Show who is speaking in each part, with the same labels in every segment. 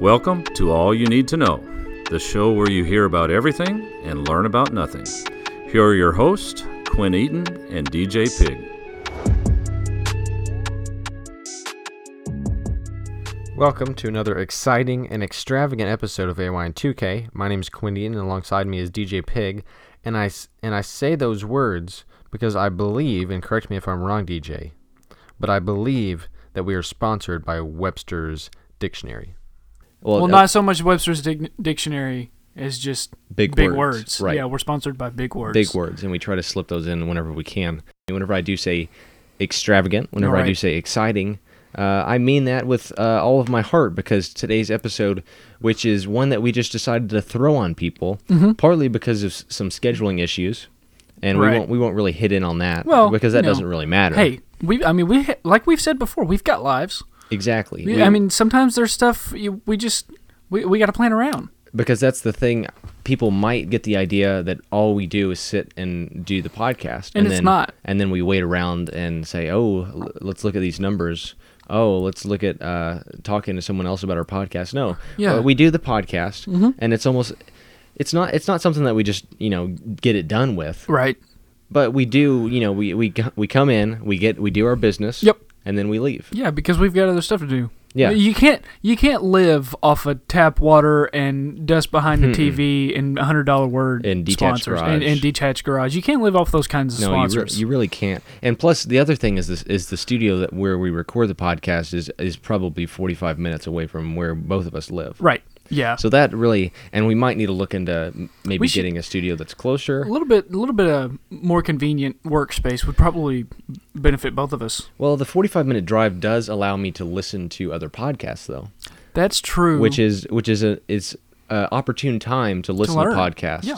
Speaker 1: Welcome to All You Need to Know, the show where you hear about everything and learn about nothing. Here are your hosts, Quinn Eaton and DJ Pig.
Speaker 2: Welcome to another exciting and extravagant episode of AY2K. My name is Quinn Eaton, and alongside me is DJ Pig. And I, s- and I say those words because I believe, and correct me if I'm wrong, DJ, but I believe that we are sponsored by Webster's Dictionary.
Speaker 3: Well,
Speaker 4: Well,
Speaker 3: uh,
Speaker 4: not so much Webster's dic- dictionary as just
Speaker 3: Big words, right.
Speaker 4: Yeah, we're sponsored by big words.
Speaker 3: big words, and we try to slip those in whenever we can. And Whenever I do say extravagant, whenever I do
Speaker 4: Alright.
Speaker 3: say exciting, uh, I mean that with uh, all of my heart because today's episode, which is one that we just decided to throw on people,
Speaker 4: Mm-hmm.
Speaker 3: partly because of s- some scheduling issues, and we
Speaker 4: Right.
Speaker 3: won't we won't really hit in on that
Speaker 4: Well,
Speaker 3: because that
Speaker 4: you know,
Speaker 3: doesn't really matter.
Speaker 4: Hey, we. I mean, we ha- like we've said before, we've got lives.
Speaker 3: exactly.
Speaker 4: We-
Speaker 3: We-
Speaker 4: I mean, sometimes there's stuff you, we just we, we got to plan around.
Speaker 3: because that's the thing. People might get the idea that all we do is sit and do the podcast,
Speaker 4: And it's
Speaker 3: then,
Speaker 4: not.
Speaker 3: And then we wait around and say, "Oh, l- let's look at these numbers." Oh, let's look at uh, talking to someone else about our podcast. No,
Speaker 4: Yeah. Mm-hmm.
Speaker 3: Uh, we do the podcast, and it's almost, it's not, it's not something that we just you know get it done with,
Speaker 4: Right.
Speaker 3: but we do. You know, we we c- we come in, we get, we do our business,
Speaker 4: Yep.
Speaker 3: and then we leave.
Speaker 4: Yeah, because we've got other stuff to do.
Speaker 3: Yeah.
Speaker 4: You can't you can't live off of tap water and dust behind a TV and hundred dollar word
Speaker 3: And detached
Speaker 4: sponsors and,
Speaker 3: garage.
Speaker 4: and detached garage. You can't live off those kinds of
Speaker 3: No, you, re-
Speaker 4: sponsors.
Speaker 3: you really can't. And plus, the other thing is this is the studio that where we record the podcast is is probably forty five minutes away from where both of us live.
Speaker 4: right. Yeah.
Speaker 3: So that really, and we might need to look into m- maybe
Speaker 4: We should-
Speaker 3: getting a studio that's closer.
Speaker 4: A little bit, a little bit of more convenient workspace would probably benefit both of us.
Speaker 3: Well, the forty five minute drive does allow me to listen to other podcasts though,
Speaker 4: That's true.
Speaker 3: which is which is a is a opportune time to listen to,
Speaker 4: learn.
Speaker 3: podcasts.
Speaker 4: Yeah.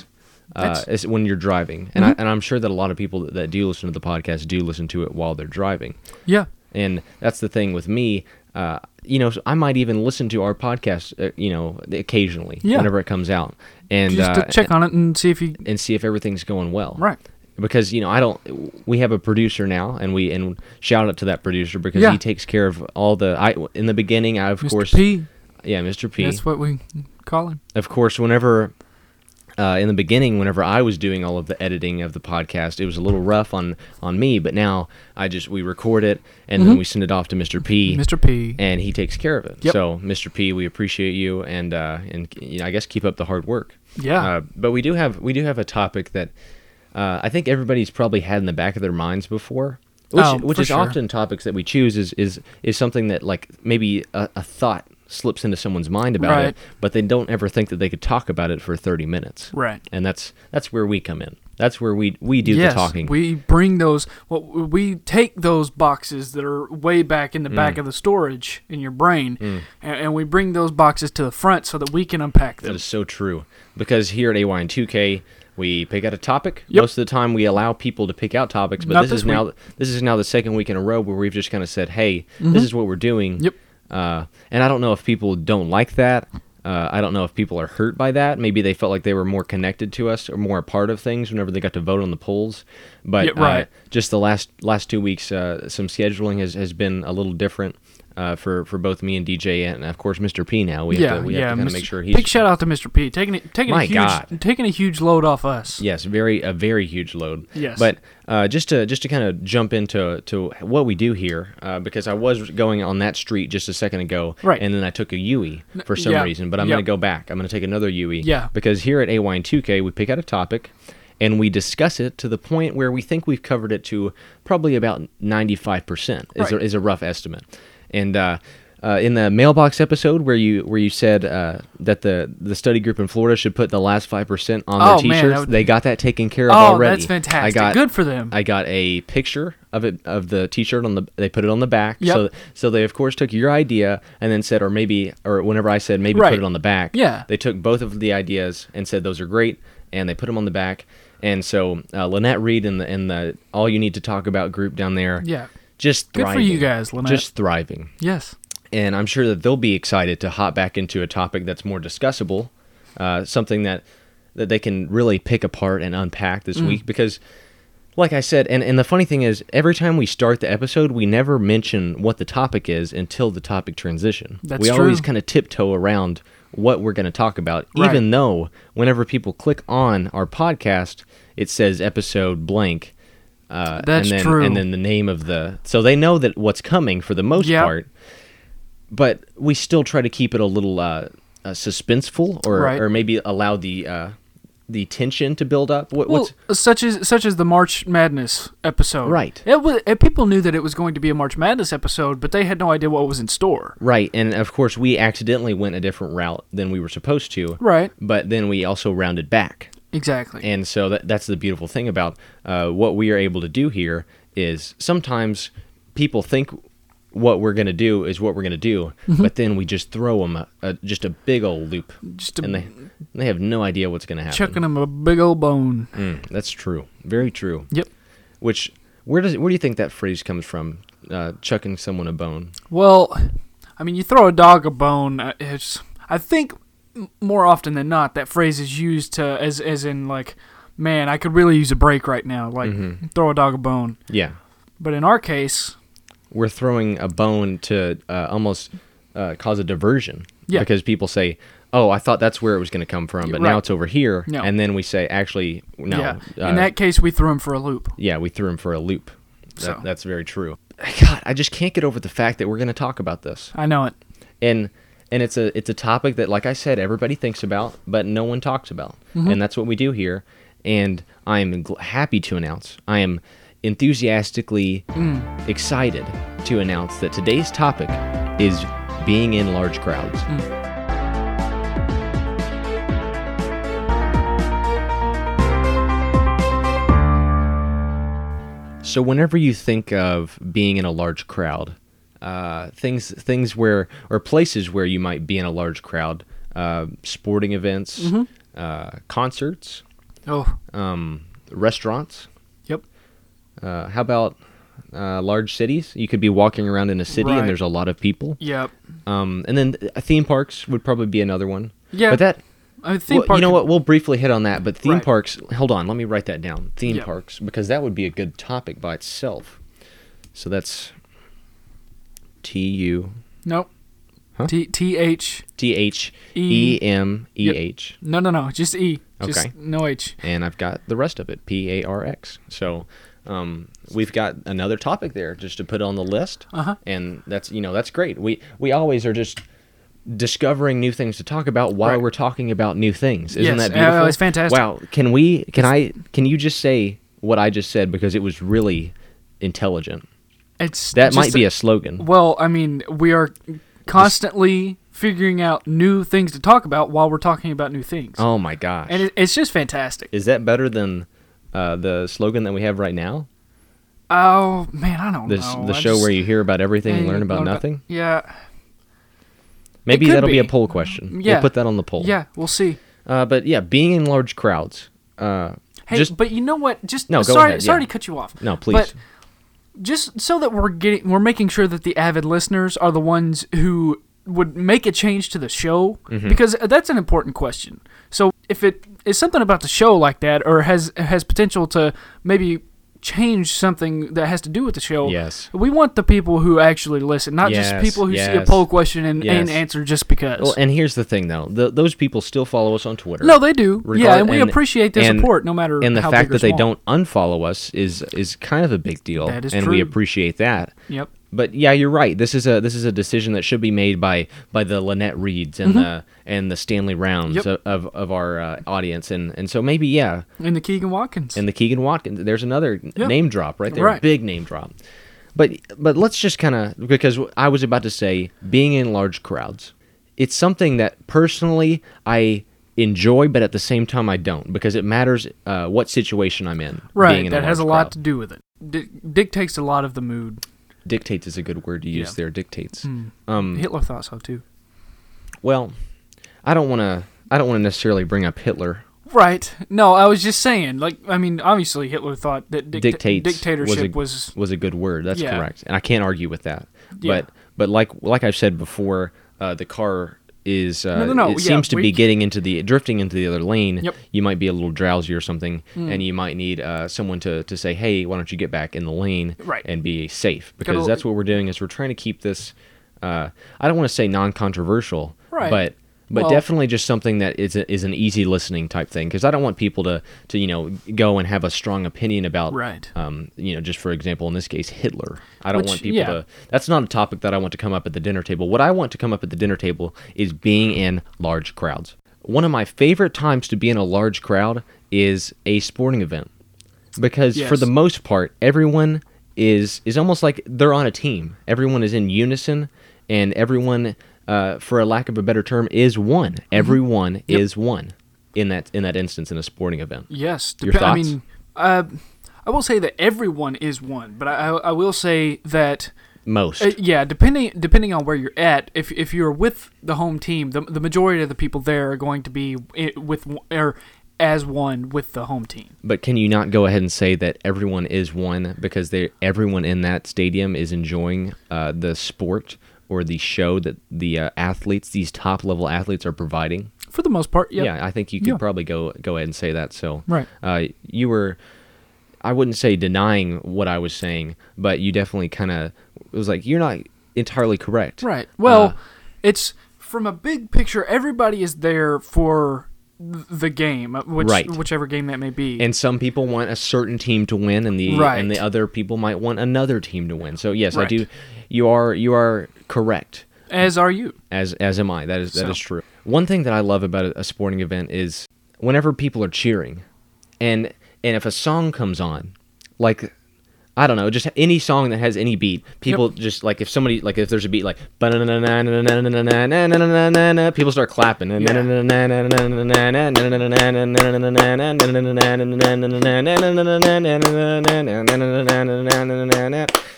Speaker 3: Uh,
Speaker 4: That's- Mm-hmm.
Speaker 3: it's when you're driving, and I, and I'm sure that a lot of people that, that do listen to the podcast do listen to it while they're driving.
Speaker 4: yeah,
Speaker 3: And that's the thing with me. Uh, you know, I might even listen to our podcast, uh, you know, occasionally
Speaker 4: Yeah.
Speaker 3: whenever it comes out, and
Speaker 4: just
Speaker 3: uh,
Speaker 4: to check on it and see if you
Speaker 3: and see if everything's going well.
Speaker 4: Right.
Speaker 3: Because you know, I don't. We have a producer now, and we and shout out to that producer because
Speaker 4: Yeah.
Speaker 3: he takes care of all the. I in the beginning, I of
Speaker 4: Mr.
Speaker 3: course,
Speaker 4: P.
Speaker 3: yeah, Mr. P
Speaker 4: That's what we call him.
Speaker 3: of course, whenever uh, in the beginning, whenever I was doing all of the editing of the podcast, it was a little rough on on me. But now I just we record it and
Speaker 4: Mm-hmm.
Speaker 3: then we send it off to Mr. P.
Speaker 4: Mr. P.
Speaker 3: And he takes care of it.
Speaker 4: Yep.
Speaker 3: So, Mr. P, we appreciate you, and uh, and you know, I guess keep up the hard work.
Speaker 4: Yeah.
Speaker 3: Uh, but we do have we do have a topic that uh, I think everybody's probably had in the back of their minds before, which
Speaker 4: Oh,
Speaker 3: which
Speaker 4: for
Speaker 3: is
Speaker 4: sure.
Speaker 3: often topics that we choose is is is something that like maybe a, a thought slips into someone's mind about
Speaker 4: Right.
Speaker 3: it, but they don't ever think that they could talk about it for thirty minutes.
Speaker 4: Right.
Speaker 3: And that's that's where we come in. That's where we we do
Speaker 4: yes,
Speaker 3: the talking.
Speaker 4: we bring those. Well, we take those boxes that are way back in the
Speaker 3: Mm.
Speaker 4: back of the storage in your brain, and, and we bring those boxes to the front so that we can unpack
Speaker 3: That
Speaker 4: them.
Speaker 3: is so true. Because here at AY and 2K, we pick out a topic.
Speaker 4: Yep.
Speaker 3: Most of the time, we allow people to pick out topics, but
Speaker 4: Not
Speaker 3: this,
Speaker 4: this
Speaker 3: is now this is now the second week in a row where we've just kind of said, "Hey, this is what we're doing."
Speaker 4: Mm-hmm. Yep.
Speaker 3: Uh, and I don't know if people don't like that. Uh, I don't know if people are hurt by that. Maybe they felt like they were more connected to us or more a part of things whenever they got to vote on the polls. But
Speaker 4: Yeah, right.
Speaker 3: uh, just the last last two weeks, uh, some scheduling has, has been a little different uh, for for both me and DJ and of course Mr. P. Now we
Speaker 4: yeah,
Speaker 3: have to, we
Speaker 4: yeah.
Speaker 3: have to kind
Speaker 4: Mr.
Speaker 3: of make sure he's
Speaker 4: Big shout out to Mr. P. Taking it, taking
Speaker 3: My
Speaker 4: a huge,
Speaker 3: God.
Speaker 4: taking a huge load off us.
Speaker 3: Yes, very a very huge load.
Speaker 4: Yes.
Speaker 3: But uh, just to just to kind of jump into to what we do here, uh, because I was going on that street just a second ago,
Speaker 4: Right.
Speaker 3: And then I took a Yui for some
Speaker 4: yeah,
Speaker 3: reason, but I'm
Speaker 4: yeah.
Speaker 3: going to go back. I'm going to take another Yui.
Speaker 4: Yeah.
Speaker 3: Because here at AY and 2K, we pick out a topic. And we discuss it to the point where we think we've covered it to probably about 95% is,
Speaker 4: Right.
Speaker 3: a, is a rough estimate. And uh, uh, in the mailbox episode where you where you said uh, that the, the study group in Florida should put the last 5% on their
Speaker 4: Oh, man, that
Speaker 3: t-shirts,
Speaker 4: would-
Speaker 3: they got that taken care of
Speaker 4: Oh,
Speaker 3: already.
Speaker 4: that's fantastic.
Speaker 3: I got
Speaker 4: Good for them.
Speaker 3: I got a picture of it of the T-shirt on the. They put it on the back.
Speaker 4: Yep.
Speaker 3: So so they of course took your idea and then said, or maybe, or whenever I said maybe
Speaker 4: Right.
Speaker 3: put it on the back.
Speaker 4: Yeah.
Speaker 3: They took both of the ideas and said those are great, and they put them on the back. And so uh, Lynette Reed and the and the all you need to talk about group down there.
Speaker 4: Yeah.
Speaker 3: Just
Speaker 4: Good for
Speaker 3: thriving.
Speaker 4: you guys, Lynette.
Speaker 3: Just thriving
Speaker 4: Yes.
Speaker 3: and I'm sure that they'll be excited to hop back into a topic that's more discussable,
Speaker 4: Mm.
Speaker 3: uh, something that that they can really pick apart and unpack this week because like I said, and, and the funny thing is, every time we start the episode, we never mention what the topic is until the topic transition.
Speaker 4: That's
Speaker 3: we always
Speaker 4: true.
Speaker 3: kind of tiptoe around what we're going to talk about,
Speaker 4: Right.
Speaker 3: even though whenever people click on our podcast, it says episode blank. Uh,
Speaker 4: That's
Speaker 3: and then,
Speaker 4: true.
Speaker 3: And then the name of the so they know that what's coming for the most
Speaker 4: Yep.
Speaker 3: part, but we still try to keep it a little uh, uh, suspenseful or
Speaker 4: Right.
Speaker 3: or maybe allow the uh, the tension to build up. What,
Speaker 4: Well,
Speaker 3: what's
Speaker 4: such as such as the March Madness episode,
Speaker 3: Right.
Speaker 4: It was and people knew that it was going to be a March Madness episode, but they had no idea what was in store,
Speaker 3: Right, and of course we accidentally went a different route than we were supposed to.
Speaker 4: right?
Speaker 3: But then we also rounded back,
Speaker 4: Exactly.
Speaker 3: and so that, that's the beautiful thing about uh, what we are able to do here is sometimes people think what we're going to do is what we're going to do,
Speaker 4: Mm-hmm.
Speaker 3: but then we just throw them a, a, just a big old loop,
Speaker 4: Just a-
Speaker 3: and they they have no idea what's going to happen.
Speaker 4: Chucking them a big old bone.
Speaker 3: Mm, that's true, very true.
Speaker 4: Yep.
Speaker 3: Which where does where do you think that phrase comes from? Uh, chucking someone a bone.
Speaker 4: Well, I mean, you throw a dog a bone. uh, It's, I think m- more often than not that phrase is used to as as in like, man, I could really use a break right now. Like
Speaker 3: Mm-hmm.
Speaker 4: throw a dog a bone.
Speaker 3: Yeah,
Speaker 4: But in our case,
Speaker 3: we're throwing a bone to uh, almost uh, cause a diversion.
Speaker 4: Yeah.
Speaker 3: Because people say, "Oh, I thought that's where it was going to come from, but now
Speaker 4: Right.
Speaker 3: it's over here."
Speaker 4: No.
Speaker 3: And then we say, "Actually, no."
Speaker 4: yeah,
Speaker 3: uh,
Speaker 4: in that case we threw him for a loop.
Speaker 3: yeah, we threw him for a loop. That,
Speaker 4: So.
Speaker 3: That's very true. God, I just can't get over the fact that we're going to talk about this,
Speaker 4: I know it.
Speaker 3: and and it's a it's a topic that, like I said, everybody thinks about, but no one talks about, and that's what we do here. And I am gl- happy to announce, I am enthusiastically excited to announce that today's topic is being in large crowds. So whenever you think of being in a large crowd, uh, things things where or places where you might be in a large crowd, uh, sporting events, uh, concerts,
Speaker 4: Oh,
Speaker 3: um, restaurants.
Speaker 4: yep.
Speaker 3: Uh, how about uh, large cities? You could be walking around in a city
Speaker 4: Right.
Speaker 3: and there's a lot of people.
Speaker 4: Yep.
Speaker 3: Um, and then uh, theme parks would probably be another one.
Speaker 4: Yeah.
Speaker 3: But that
Speaker 4: I mean, Uh, theme
Speaker 3: well,
Speaker 4: park.
Speaker 3: you know what? We'll briefly hit on that, but theme
Speaker 4: Right.
Speaker 3: parks. Hold on, let me write that down. Theme
Speaker 4: Yeah.
Speaker 3: parks, because that would be a good topic by itself. So that's T U
Speaker 4: Nope.
Speaker 3: Huh?
Speaker 4: T T H.
Speaker 3: T H E M E H,
Speaker 4: No, no, no. Just E. Just
Speaker 3: Okay.
Speaker 4: No H.
Speaker 3: and I've got the rest of it P A R X. So um, we've got another topic there just to put on the list,
Speaker 4: Uh-huh.
Speaker 3: and that's you know that's great. We we always are just discovering new things to talk about while
Speaker 4: Right.
Speaker 3: we're talking about new things. Isn't
Speaker 4: Yes,
Speaker 3: that
Speaker 4: yeah,
Speaker 3: beautiful?
Speaker 4: it's fantastic.
Speaker 3: Wow, can we can I can you just say what I just said because it was really intelligent.
Speaker 4: It's
Speaker 3: That
Speaker 4: just
Speaker 3: might be a slogan.
Speaker 4: Well, I mean, we are constantly figuring out new things to talk about while we're talking about new things.
Speaker 3: oh my gosh.
Speaker 4: And it, it's just fantastic.
Speaker 3: Is that better than uh, the slogan that we have right now?
Speaker 4: Oh, man, I don't
Speaker 3: The,
Speaker 4: know.
Speaker 3: the show where you hear about everything and learn about nothing?
Speaker 4: Yeah.
Speaker 3: Maybe
Speaker 4: could
Speaker 3: that'll be. a
Speaker 4: be.
Speaker 3: poll question.
Speaker 4: Yeah.
Speaker 3: We'll put that on the poll.
Speaker 4: Yeah, we'll see.
Speaker 3: Uh, but yeah, being in large crowds. Uh,
Speaker 4: Hey,
Speaker 3: just
Speaker 4: but you know what? Just
Speaker 3: No, go
Speaker 4: sorry,
Speaker 3: ahead,
Speaker 4: sorry
Speaker 3: yeah.
Speaker 4: to cut you off.
Speaker 3: No, please.
Speaker 4: But just so that we're getting, we're making sure that the avid listeners are the ones who would make a change to the show
Speaker 3: Mm-hmm.
Speaker 4: because that's an important question. So if it is something about the show like that, or has has potential to maybe change something that has to do with the show.
Speaker 3: Yes.
Speaker 4: We want the people who actually listen, not just
Speaker 3: Yes,
Speaker 4: people who see a
Speaker 3: yes.
Speaker 4: poll question and, and
Speaker 3: Yes.
Speaker 4: answer just because.
Speaker 3: well, and here's the thing though. Th those people still follow us on Twitter.
Speaker 4: no, they do. yeah,
Speaker 3: Regard-
Speaker 4: and we appreciate their
Speaker 3: and-
Speaker 4: support no matter
Speaker 3: And the
Speaker 4: how
Speaker 3: fact
Speaker 4: big or
Speaker 3: that they
Speaker 4: small.
Speaker 3: don't unfollow us is is kind of a big deal.
Speaker 4: That is
Speaker 3: and we
Speaker 4: true.
Speaker 3: appreciate that.
Speaker 4: Yep.
Speaker 3: But yeah, you're right. This is a this is a decision that should be made by by the Lynette Reeds and the and the Stanley Rounds
Speaker 4: Mm-hmm. Yep.
Speaker 3: of, of of our uh, audience, and and so maybe yeah,
Speaker 4: And the Keegan Watkins.
Speaker 3: and the Keegan Watkins. There's another
Speaker 4: Yeah.
Speaker 3: name drop right there,
Speaker 4: Right.
Speaker 3: big name drop. But but let's just kind of because I was about to say being in large crowds, it's something that personally I enjoy, but at the same time I don't because it matters uh, what situation I'm in. being
Speaker 4: Right,
Speaker 3: in
Speaker 4: that has a
Speaker 3: large
Speaker 4: lot
Speaker 3: crowd.
Speaker 4: to do with it. Di- dictates a lot of the mood.
Speaker 3: dictates is a good word to use
Speaker 4: Yeah. Hmm.
Speaker 3: there. Dictates. Mm. Um,
Speaker 4: Hitler thought so too.
Speaker 3: Well, I don't want to. I don't want to necessarily bring up Hitler.
Speaker 4: Right. No, I was just saying. Like, I mean, obviously Hitler thought that dicta-
Speaker 3: Dictates
Speaker 4: dictatorship
Speaker 3: was
Speaker 4: was,
Speaker 3: a, was a good word. That's
Speaker 4: Yeah.
Speaker 3: correct, and I can't argue with that.
Speaker 4: Yeah.
Speaker 3: But but like like I've said before, uh, the car is uh,
Speaker 4: No, no, no,
Speaker 3: it
Speaker 4: yeah,
Speaker 3: seems to
Speaker 4: we-
Speaker 3: be getting into the drifting into the other lane,
Speaker 4: Yep. Hmm.
Speaker 3: you might be a little drowsy or something, and you might need uh, someone to, to say, "Hey, why don't you get back in the lane
Speaker 4: Right.
Speaker 3: and be safe?" Because
Speaker 4: Gotta-
Speaker 3: that's what we're doing is we're trying to keep this. Uh, I don't want to say non-controversial,
Speaker 4: Right.
Speaker 3: but but
Speaker 4: Well-
Speaker 3: definitely just something that is a, is an easy listening type thing because I don't want people to to you know go and have a strong opinion about
Speaker 4: Right.
Speaker 3: um, you know just for example in this case Hitler. I don't
Speaker 4: Which-
Speaker 3: want people
Speaker 4: yeah.
Speaker 3: to that's not a topic that I want to come up at the dinner table. What I want to come up at the dinner table is being in large crowds. One of my favorite times to be in a large crowd is a sporting event because for
Speaker 4: Yes.
Speaker 3: the most part everyone is is almost like they're on a team. Everyone is in unison and everyone uh, for a lack of a better term is one.
Speaker 4: Mm-hmm.
Speaker 3: Everyone is one in that in that instance in a sporting event.
Speaker 4: Yes.
Speaker 3: Your
Speaker 4: depe- I
Speaker 3: thoughts?
Speaker 4: mean, uh, I will say that everyone is one, but I, I, I will say that
Speaker 3: Most.
Speaker 4: uh, yeah, depending depending on where you're at, if if you're with the home team, the, the majority of the people there are going to be i- with one- or as one with the home team.
Speaker 3: But can you not go ahead and say that everyone is one because they everyone in that stadium is enjoying uh, the sport or the show that the uh, athletes, these top level athletes, are providing?
Speaker 4: For the most part, yeah.
Speaker 3: Yeah, I think you could
Speaker 4: Yeah.
Speaker 3: probably go go ahead and say that. So
Speaker 4: Right.
Speaker 3: uh, you were, I wouldn't say denying what I was saying, but you definitely kind of it was like you're not entirely correct.
Speaker 4: Right. Well,
Speaker 3: Uh,
Speaker 4: it's from a big picture. Everybody is there for th- the game, uh, which,
Speaker 3: Right.
Speaker 4: whichever game that may be.
Speaker 3: and some people want a certain team to win and the
Speaker 4: Right.
Speaker 3: and the other people might want another team to win so yes i
Speaker 4: Right.
Speaker 3: do you are you are correct
Speaker 4: as are you.
Speaker 3: as as am i that is that is
Speaker 4: So-
Speaker 3: true one thing that i love about a- a sporting event is whenever people are cheering and and if a song comes on like I don't know, just any song that has any beat. People just like if somebody like if there's a beat like people start clapping.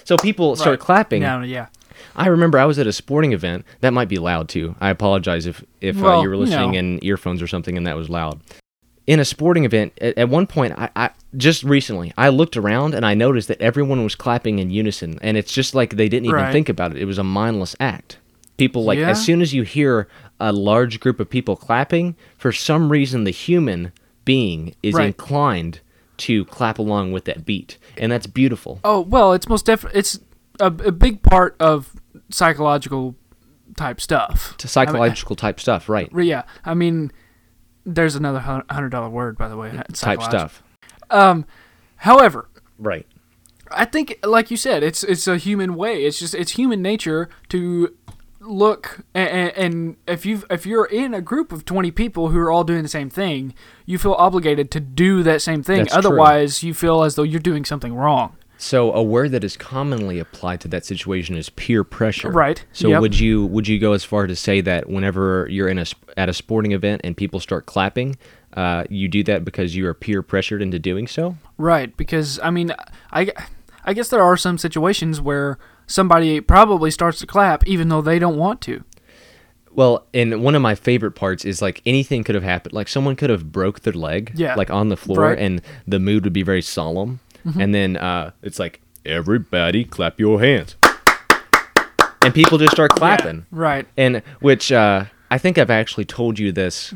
Speaker 3: So people start
Speaker 4: Right.
Speaker 3: clapping.
Speaker 4: No, yeah.
Speaker 3: I remember I was at a sporting event. That might be loud too. I apologize if if uh,
Speaker 4: Well,
Speaker 3: you were listening
Speaker 4: no.
Speaker 3: in earphones or something and that was loud. In a sporting event, at, at one point, I, I just recently I looked around and I noticed that everyone was clapping in unison, and it's just like they didn't even
Speaker 4: Right.
Speaker 3: think about it. It was a mindless act. People like
Speaker 4: Yeah.
Speaker 3: as soon as you hear a large group of people clapping, for some reason the human being is
Speaker 4: Right.
Speaker 3: inclined to clap along with that beat, and that's beautiful.
Speaker 4: Oh well, it's most def. It's a, a big part of psychological type stuff.
Speaker 3: It's psychological type stuff, right?
Speaker 4: I mean, uh, yeah, I mean, there's another hun- hundred dollar word by the way.
Speaker 3: Type
Speaker 4: psychological.
Speaker 3: stuff,
Speaker 4: However,
Speaker 3: right?
Speaker 4: I think, like you said, it's it's a human way. It's just it's human nature to look and, and if you if you're in a group of 20 people who are all doing the same thing you feel obligated to do that same thing
Speaker 3: That's true.
Speaker 4: otherwise you feel as though you're doing something wrong
Speaker 3: So a word that is commonly applied to that situation is peer pressure.
Speaker 4: Right,
Speaker 3: So
Speaker 4: yep.
Speaker 3: would you would you go as far to say that whenever you're in a sp- at a sporting event and people start clapping, uh, you do that because you are peer pressured into doing so?
Speaker 4: Right, because I mean, I, I guess there are some situations where somebody probably starts to clap even though they don't want to.
Speaker 3: Well, and one of my favorite parts is like anything could have happened. Like someone could have broke their leg,
Speaker 4: Yeah.
Speaker 3: like on the floor,
Speaker 4: Right. Mm-hmm.
Speaker 3: and the mood would be very solemn. And then uh, it's like everybody clap your hands, and people just start clapping.
Speaker 4: Right.
Speaker 3: And which uh, I think I've actually told you this.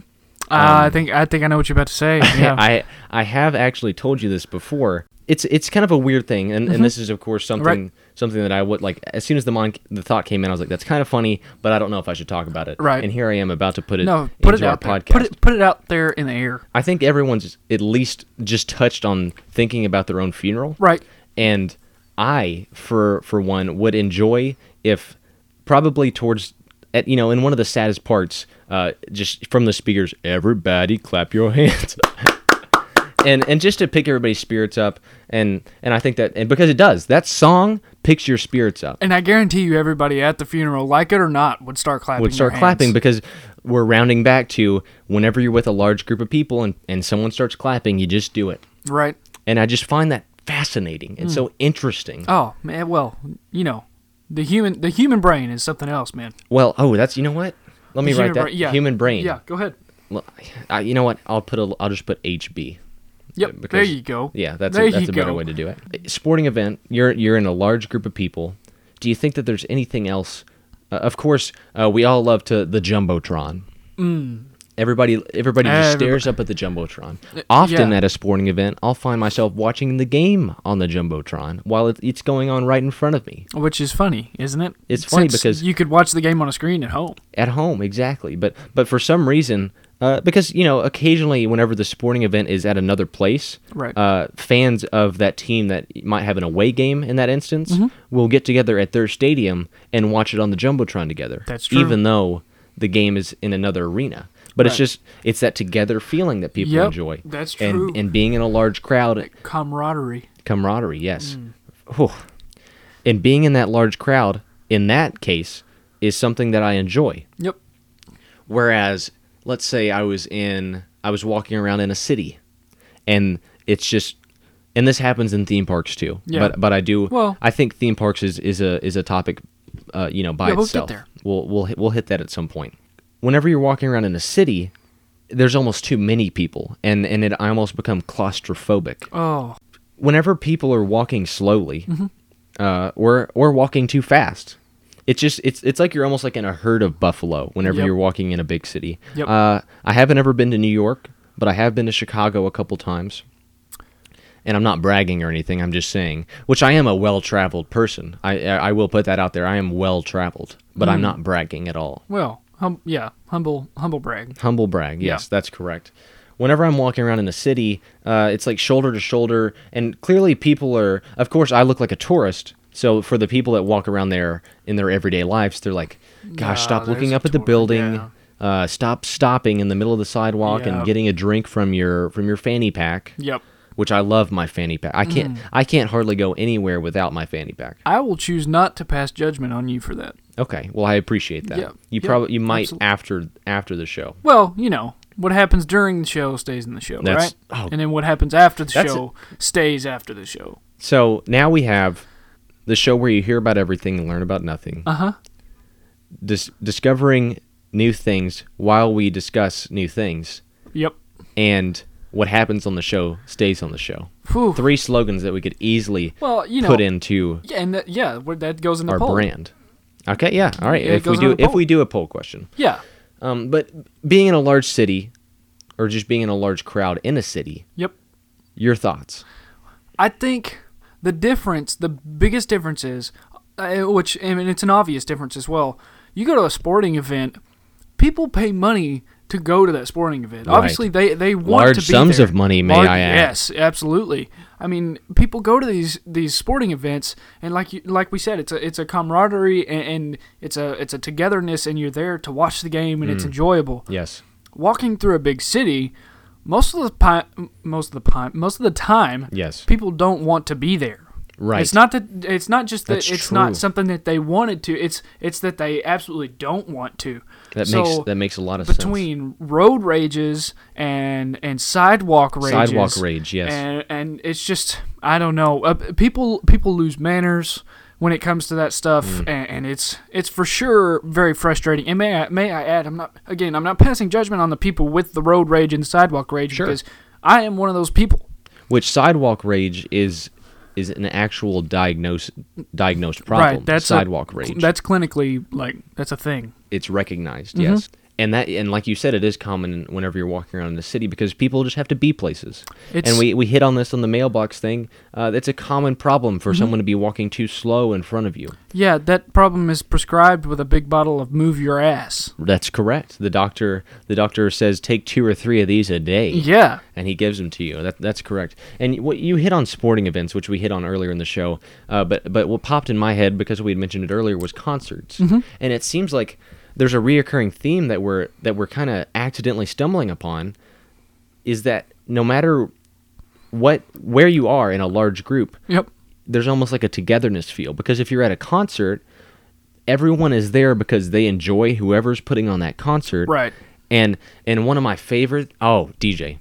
Speaker 4: uh, I think I think I know what you're about to say. Yeah.
Speaker 3: Um, I I have actually told you this before. It's it's kind of a weird thing, and, and this is of course something
Speaker 4: Mm-hmm. Right.
Speaker 3: something that I would like. As soon as the mind the thought came in, I was like, "That's kind of funny," but I don't know if I should talk about it.
Speaker 4: Right.
Speaker 3: And here I am about to put it
Speaker 4: no, put it
Speaker 3: into
Speaker 4: out
Speaker 3: our
Speaker 4: there.
Speaker 3: podcast.
Speaker 4: Put it put it out there in the air.
Speaker 3: I think everyone's at least just touched on thinking about their own funeral.
Speaker 4: Right.
Speaker 3: And I, for for one, would enjoy if probably towards at you know in one of the saddest parts, uh, just from the speakers, everybody clap your hands. And, and just to pick everybody's spirits up and and I think that and because it does that song picks your spirits up
Speaker 4: And I guarantee you, everybody at the funeral, like it or not, would start clapping.
Speaker 3: would start
Speaker 4: their
Speaker 3: clapping
Speaker 4: hands.
Speaker 3: because we're rounding back to whenever you're with a large group of people and, and someone starts clapping you just do it
Speaker 4: right.
Speaker 3: and I just find that fascinating
Speaker 4: Hmm.
Speaker 3: and so interesting.
Speaker 4: Oh man. Well, you know, the human the human brain is something else, man.
Speaker 3: Well, oh, that's you know what? Let me
Speaker 4: The human
Speaker 3: write that.
Speaker 4: brain- yeah.
Speaker 3: Human brain.
Speaker 4: Yeah. Go ahead.
Speaker 3: Well, I, you know what? I'll put a. I'll just put HB.
Speaker 4: Yep. there
Speaker 3: because-
Speaker 4: you go.
Speaker 3: Yeah, that's
Speaker 4: There
Speaker 3: a, that's
Speaker 4: you
Speaker 3: a better
Speaker 4: go.
Speaker 3: way to do it. Sporting event. You're you're in a large group of people. Do you think that there's anything else Uh, of course, uh, we all love to the jumbotron. Everybody, everybody just
Speaker 4: Everybo-
Speaker 3: stares up at the jumbotron. Often
Speaker 4: Mm. Uh, yeah.
Speaker 3: at a sporting event, I'll find myself watching the game on the jumbotron while it, it's going on right in front of me
Speaker 4: Which is funny, isn't it?
Speaker 3: It's funny
Speaker 4: Since
Speaker 3: because-
Speaker 4: you could watch the game on a screen at home.
Speaker 3: at home. Exactly, but but for some reason, uh, because you know, occasionally whenever the sporting event is at another place,
Speaker 4: Right.
Speaker 3: uh, fans of that team that might have an away game in that instance
Speaker 4: Mm-hmm.
Speaker 3: will get together at their stadium and watch it on the jumbotron together.
Speaker 4: That's true.
Speaker 3: Even though the game is in another arena, but it's
Speaker 4: Right.
Speaker 3: just it's that together feeling that people
Speaker 4: Yep,
Speaker 3: enjoy.
Speaker 4: that's
Speaker 3: and,
Speaker 4: true.
Speaker 3: And being in a large crowd,
Speaker 4: Camaraderie.
Speaker 3: camaraderie, yes.
Speaker 4: Mm.
Speaker 3: Whew. And being in that large crowd, in that case, is something that I enjoy.
Speaker 4: Yep.
Speaker 3: Whereas, let's say I was in, I was walking around in a city, and it's just, and this happens in theme parks too.
Speaker 4: Yeah.
Speaker 3: But but I do.
Speaker 4: Well-
Speaker 3: I think theme parks is is a is a topic, uh, you know, by
Speaker 4: Yeah, we'll get
Speaker 3: itself.
Speaker 4: there.
Speaker 3: We'll we'll hit, we'll hit that at some point. Whenever you're walking around in a city, there's almost too many people, and and it I almost become claustrophobic
Speaker 4: Oh,
Speaker 3: whenever people are walking slowly
Speaker 4: Mm-hmm.
Speaker 3: uh, or or walking too fast it's just it's it's like you're almost like in a herd of buffalo whenever
Speaker 4: Yep.
Speaker 3: you're walking in a big city
Speaker 4: Yep.
Speaker 3: uh, i haven't ever been to new york but i have been to chicago a couple times and i'm not bragging or anything i'm just saying which i am a well-traveled person i i, I will put that out there i am well-traveled but
Speaker 4: Mm.
Speaker 3: i'm not bragging at all
Speaker 4: well, hum- yeah, humble, humble brag.
Speaker 3: Humble brag.
Speaker 4: Yeah.
Speaker 3: Yes, that's correct. Whenever I'm walking around in a city, uh, it's like shoulder to shoulder, and clearly people are. Of course, I look like a tourist. So for the people that walk around there in their everyday lives, they're like, "Gosh,
Speaker 4: Nah,
Speaker 3: stop
Speaker 4: there's
Speaker 3: looking
Speaker 4: a
Speaker 3: up at the
Speaker 4: tour-
Speaker 3: building.
Speaker 4: yeah.
Speaker 3: Uh, stop stopping in the middle of the sidewalk
Speaker 4: Yeah.
Speaker 3: and getting a drink from your from your fanny pack."
Speaker 4: Yep.
Speaker 3: Which I love my fanny pack. I
Speaker 4: Mm.
Speaker 3: can't I can't hardly go anywhere without my fanny pack.
Speaker 4: I will choose not to pass judgment on you for that.
Speaker 3: Okay, well I appreciate that.
Speaker 4: Yeah,
Speaker 3: You
Speaker 4: yeah,
Speaker 3: probably you might
Speaker 4: absolute-
Speaker 3: after after the show.
Speaker 4: Well, you know, what happens during the show stays in the show,
Speaker 3: That's-
Speaker 4: right?
Speaker 3: oh.
Speaker 4: and then what happens after the
Speaker 3: That's a-
Speaker 4: show stays after the show.
Speaker 3: So now we have the show where you hear about everything and learn about nothing.
Speaker 4: Uh huh.
Speaker 3: Dis- discovering new things while we discuss new things,
Speaker 4: Yep.
Speaker 3: and what happens on the show stays on the show.
Speaker 4: Whew.
Speaker 3: Three slogans that we could easily
Speaker 4: Well, you know,
Speaker 3: put into
Speaker 4: Yeah, and that, yeah, where that goes in the
Speaker 3: our
Speaker 4: poll.
Speaker 3: brand. Okay, yeah, all right.
Speaker 4: Yeah, it
Speaker 3: if we
Speaker 4: goes on
Speaker 3: do
Speaker 4: the
Speaker 3: if
Speaker 4: poll.
Speaker 3: we do a poll question,
Speaker 4: Yeah.
Speaker 3: um, but being in a large city, or just being in a large crowd in a city,
Speaker 4: Yep.
Speaker 3: your thoughts?
Speaker 4: I think the difference, the biggest difference is, uh, which I mean, it's an obvious difference as well. You go to a sporting event, people pay money to go to that sporting event.
Speaker 3: Right.
Speaker 4: Obviously, they they want
Speaker 3: Large
Speaker 4: to be
Speaker 3: sums
Speaker 4: there.
Speaker 3: of money, may I add.
Speaker 4: Yes, absolutely. I mean, people go to these these sporting events, and like you, like we said, it's a it's a camaraderie and, and it's a it's a togetherness, and you're there to watch the game, and
Speaker 3: Mm.
Speaker 4: it's enjoyable
Speaker 3: Yes,
Speaker 4: walking through a big city, most of the pi- most of the pi- most of the time,
Speaker 3: Yes.
Speaker 4: people don't want to be there.
Speaker 3: Right.
Speaker 4: It's not that it's not just that
Speaker 3: That's
Speaker 4: it's
Speaker 3: true.
Speaker 4: not something that they wanted to. It's it's that they absolutely don't want to.
Speaker 3: that
Speaker 4: So,
Speaker 3: makes that makes a lot of sense.
Speaker 4: between road rages and and sidewalk rages.
Speaker 3: Sidewalk rage, yes.
Speaker 4: And and it's just I don't know. Uh, people people lose manners when it comes to that stuff,
Speaker 3: Mm.
Speaker 4: and, and it's it's for sure very frustrating. And may I may I add, I'm not again, I'm not passing judgment on the people with the road rage and sidewalk rage because I am one of those people.
Speaker 3: which sidewalk rage is is an actual diagnose diagnosed problem.
Speaker 4: right, that's a-
Speaker 3: sidewalk rage.
Speaker 4: That's clinically like that's a thing.
Speaker 3: it's recognized,
Speaker 4: Mm-hmm.
Speaker 3: yes. And that and like you said, it is common whenever you're walking around in the city because people just have to be places.
Speaker 4: It's-
Speaker 3: and we, we hit on this on the mailbox thing. Uh, that's a common problem
Speaker 4: Mm-hmm.
Speaker 3: for someone to be walking too slow in front of you.
Speaker 4: Yeah, that problem is prescribed with a big bottle of move your ass.
Speaker 3: That's correct. The doctor the doctor says take two or three of these a day.
Speaker 4: Yeah.
Speaker 3: and he gives them to you. That, that's correct. And what you hit on sporting events, which we hit on earlier in the show, uh, but but what popped in my head because we had mentioned it earlier was concerts, and it seems like there's a reoccurring theme that we're that we're kind of accidentally stumbling upon, is that no matter what where you are in a large group,
Speaker 4: Yep.
Speaker 3: there's almost like a togetherness feel because if you're at a concert, everyone is there because they enjoy whoever's putting on that concert,
Speaker 4: Right.
Speaker 3: And and one of my favorite oh DJ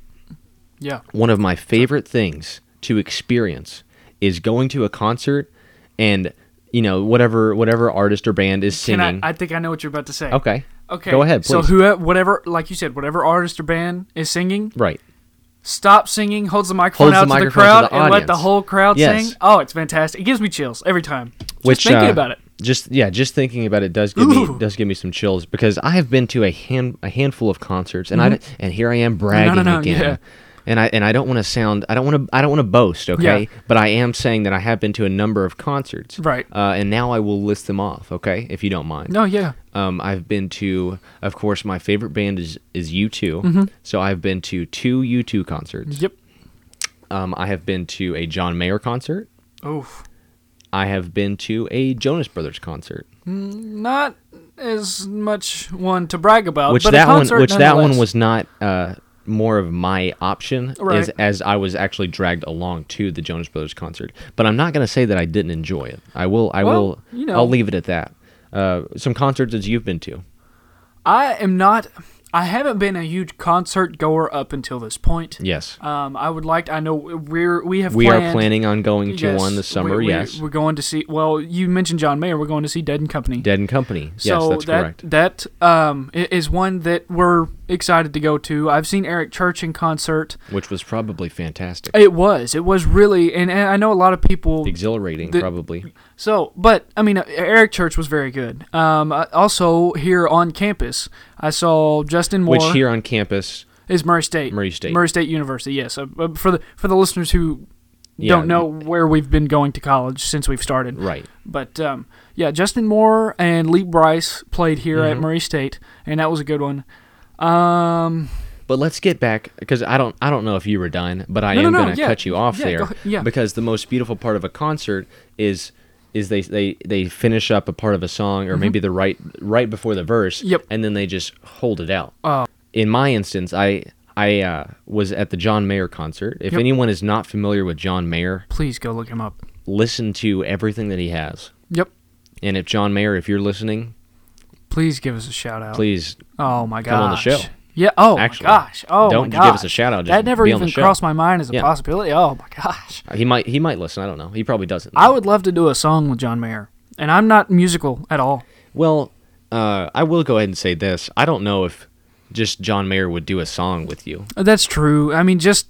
Speaker 4: Yeah.
Speaker 3: one of my favorite things to experience is going to a concert and you know whatever whatever artist or band is
Speaker 4: Can
Speaker 3: singing.
Speaker 4: I, I think I know what you're about to say.
Speaker 3: okay.
Speaker 4: Okay.
Speaker 3: Go ahead, please.
Speaker 4: So whoever, whatever, like you said, whatever artist or band is singing,
Speaker 3: right.
Speaker 4: stop singing, holds the microphone
Speaker 3: Holds the
Speaker 4: out to the
Speaker 3: microphone to
Speaker 4: crowd,
Speaker 3: the
Speaker 4: and let the
Speaker 3: audience.
Speaker 4: whole crowd
Speaker 3: Yes.
Speaker 4: sing. Oh, it's fantastic! It gives me chills every time. Just
Speaker 3: Which
Speaker 4: thinking
Speaker 3: uh,
Speaker 4: about it.
Speaker 3: just yeah, just thinking about it does give
Speaker 4: Ooh.
Speaker 3: me does give me some chills because I have been to a hand a handful of concerts and I and here I am bragging
Speaker 4: Mm-hmm. no,
Speaker 3: again.
Speaker 4: yeah.
Speaker 3: And I and I don't want to sound I don't want to I don't want to boast, okay?
Speaker 4: Yeah.
Speaker 3: But I am saying that I have been to a number of concerts,
Speaker 4: Right.
Speaker 3: Uh, and now I will list them off, okay? If you don't mind.
Speaker 4: No, yeah.
Speaker 3: Um, I've been to, of course, my favorite band is is U 2
Speaker 4: Mm-hmm.
Speaker 3: So I've been to two U two concerts.
Speaker 4: Yep. Mm-hmm.
Speaker 3: Um, I have been to a John Mayer concert.
Speaker 4: Oof.
Speaker 3: I have been to a Jonas Brothers concert,
Speaker 4: Not as much one to brag about,
Speaker 3: which
Speaker 4: Uh, but
Speaker 3: that
Speaker 4: a
Speaker 3: one,
Speaker 4: concert
Speaker 3: which that one
Speaker 4: nonetheless.
Speaker 3: was not uh, more of my option,
Speaker 4: Right.
Speaker 3: as, as I was actually dragged along to the Jonas Brothers concert. But I'm not going to say that I didn't enjoy it. I will, I
Speaker 4: Well,
Speaker 3: will,
Speaker 4: you know.
Speaker 3: I'll leave it at that. Uh, some concerts that you've been to.
Speaker 4: I am not. I haven't been a huge concert goer up until this point.
Speaker 3: Yes,
Speaker 4: Um, I would like. I know we're we have
Speaker 3: we
Speaker 4: planned,
Speaker 3: are planning on going to
Speaker 4: yes,
Speaker 3: one this summer.
Speaker 4: we- we-
Speaker 3: yes,
Speaker 4: we're going to see. Well, you mentioned John Mayer. We're going to see Dead and Company.
Speaker 3: Dead and Company.
Speaker 4: So
Speaker 3: yes, that's
Speaker 4: that
Speaker 3: correct.
Speaker 4: that um i- is one that we're excited to go to. I've seen Eric Church in concert.
Speaker 3: Which was probably fantastic.
Speaker 4: It was it was really, and, and I know a lot of people
Speaker 3: Exhilarating,
Speaker 4: The-
Speaker 3: probably.
Speaker 4: So, but I mean, uh, Eric Church was very good. Um, I- also here on campus, I saw Justin Moore.
Speaker 3: Which here on campus,
Speaker 4: is Murray State.
Speaker 3: Murray State.
Speaker 4: Murray State University. Yes, uh, uh, for the for the listeners who
Speaker 3: Yeah.
Speaker 4: don't know where we've been going to college since we've started.
Speaker 3: right.
Speaker 4: But um, yeah, Justin Moore and Lee Bryce played here
Speaker 3: Mm-hmm.
Speaker 4: at Murray State, and that was a good one. Um,
Speaker 3: But let's get back because I don't I don't know if you were done, but I
Speaker 4: No,
Speaker 3: am
Speaker 4: no, no,
Speaker 3: going to
Speaker 4: yeah,
Speaker 3: cut you off
Speaker 4: yeah,
Speaker 3: there
Speaker 4: go ahead, yeah.
Speaker 3: because the most beautiful part of a concert is is they, they, they finish up a part of a song or maybe the right right before the verse
Speaker 4: Mm-hmm. Yep. Oh.
Speaker 3: and then they just hold it out. In my instance, I I uh, was at the John Mayer concert. If
Speaker 4: Yep.
Speaker 3: anyone is not familiar with John Mayer,
Speaker 4: please go look him up.
Speaker 3: listen to everything that he has.
Speaker 4: Yep.
Speaker 3: And if John Mayer, if you're listening,
Speaker 4: Please give us a shout out.
Speaker 3: please
Speaker 4: Oh my gosh.
Speaker 3: Come on the show.
Speaker 4: Yeah. Oh
Speaker 3: Actually.
Speaker 4: my gosh. Oh
Speaker 3: Don't
Speaker 4: my
Speaker 3: you give us
Speaker 4: gosh.
Speaker 3: a shout out, just
Speaker 4: That never
Speaker 3: be on the
Speaker 4: even
Speaker 3: show.
Speaker 4: crossed my mind as a
Speaker 3: Yeah.
Speaker 4: possibility. Oh my gosh.
Speaker 3: He might he might listen. I don't know. He probably doesn't.
Speaker 4: I would love to do a song with John Mayer, and I'm not musical at all.
Speaker 3: well, uh, I will go ahead and say this. I don't know if just John Mayer would do a song with you.
Speaker 4: That's true. I mean, just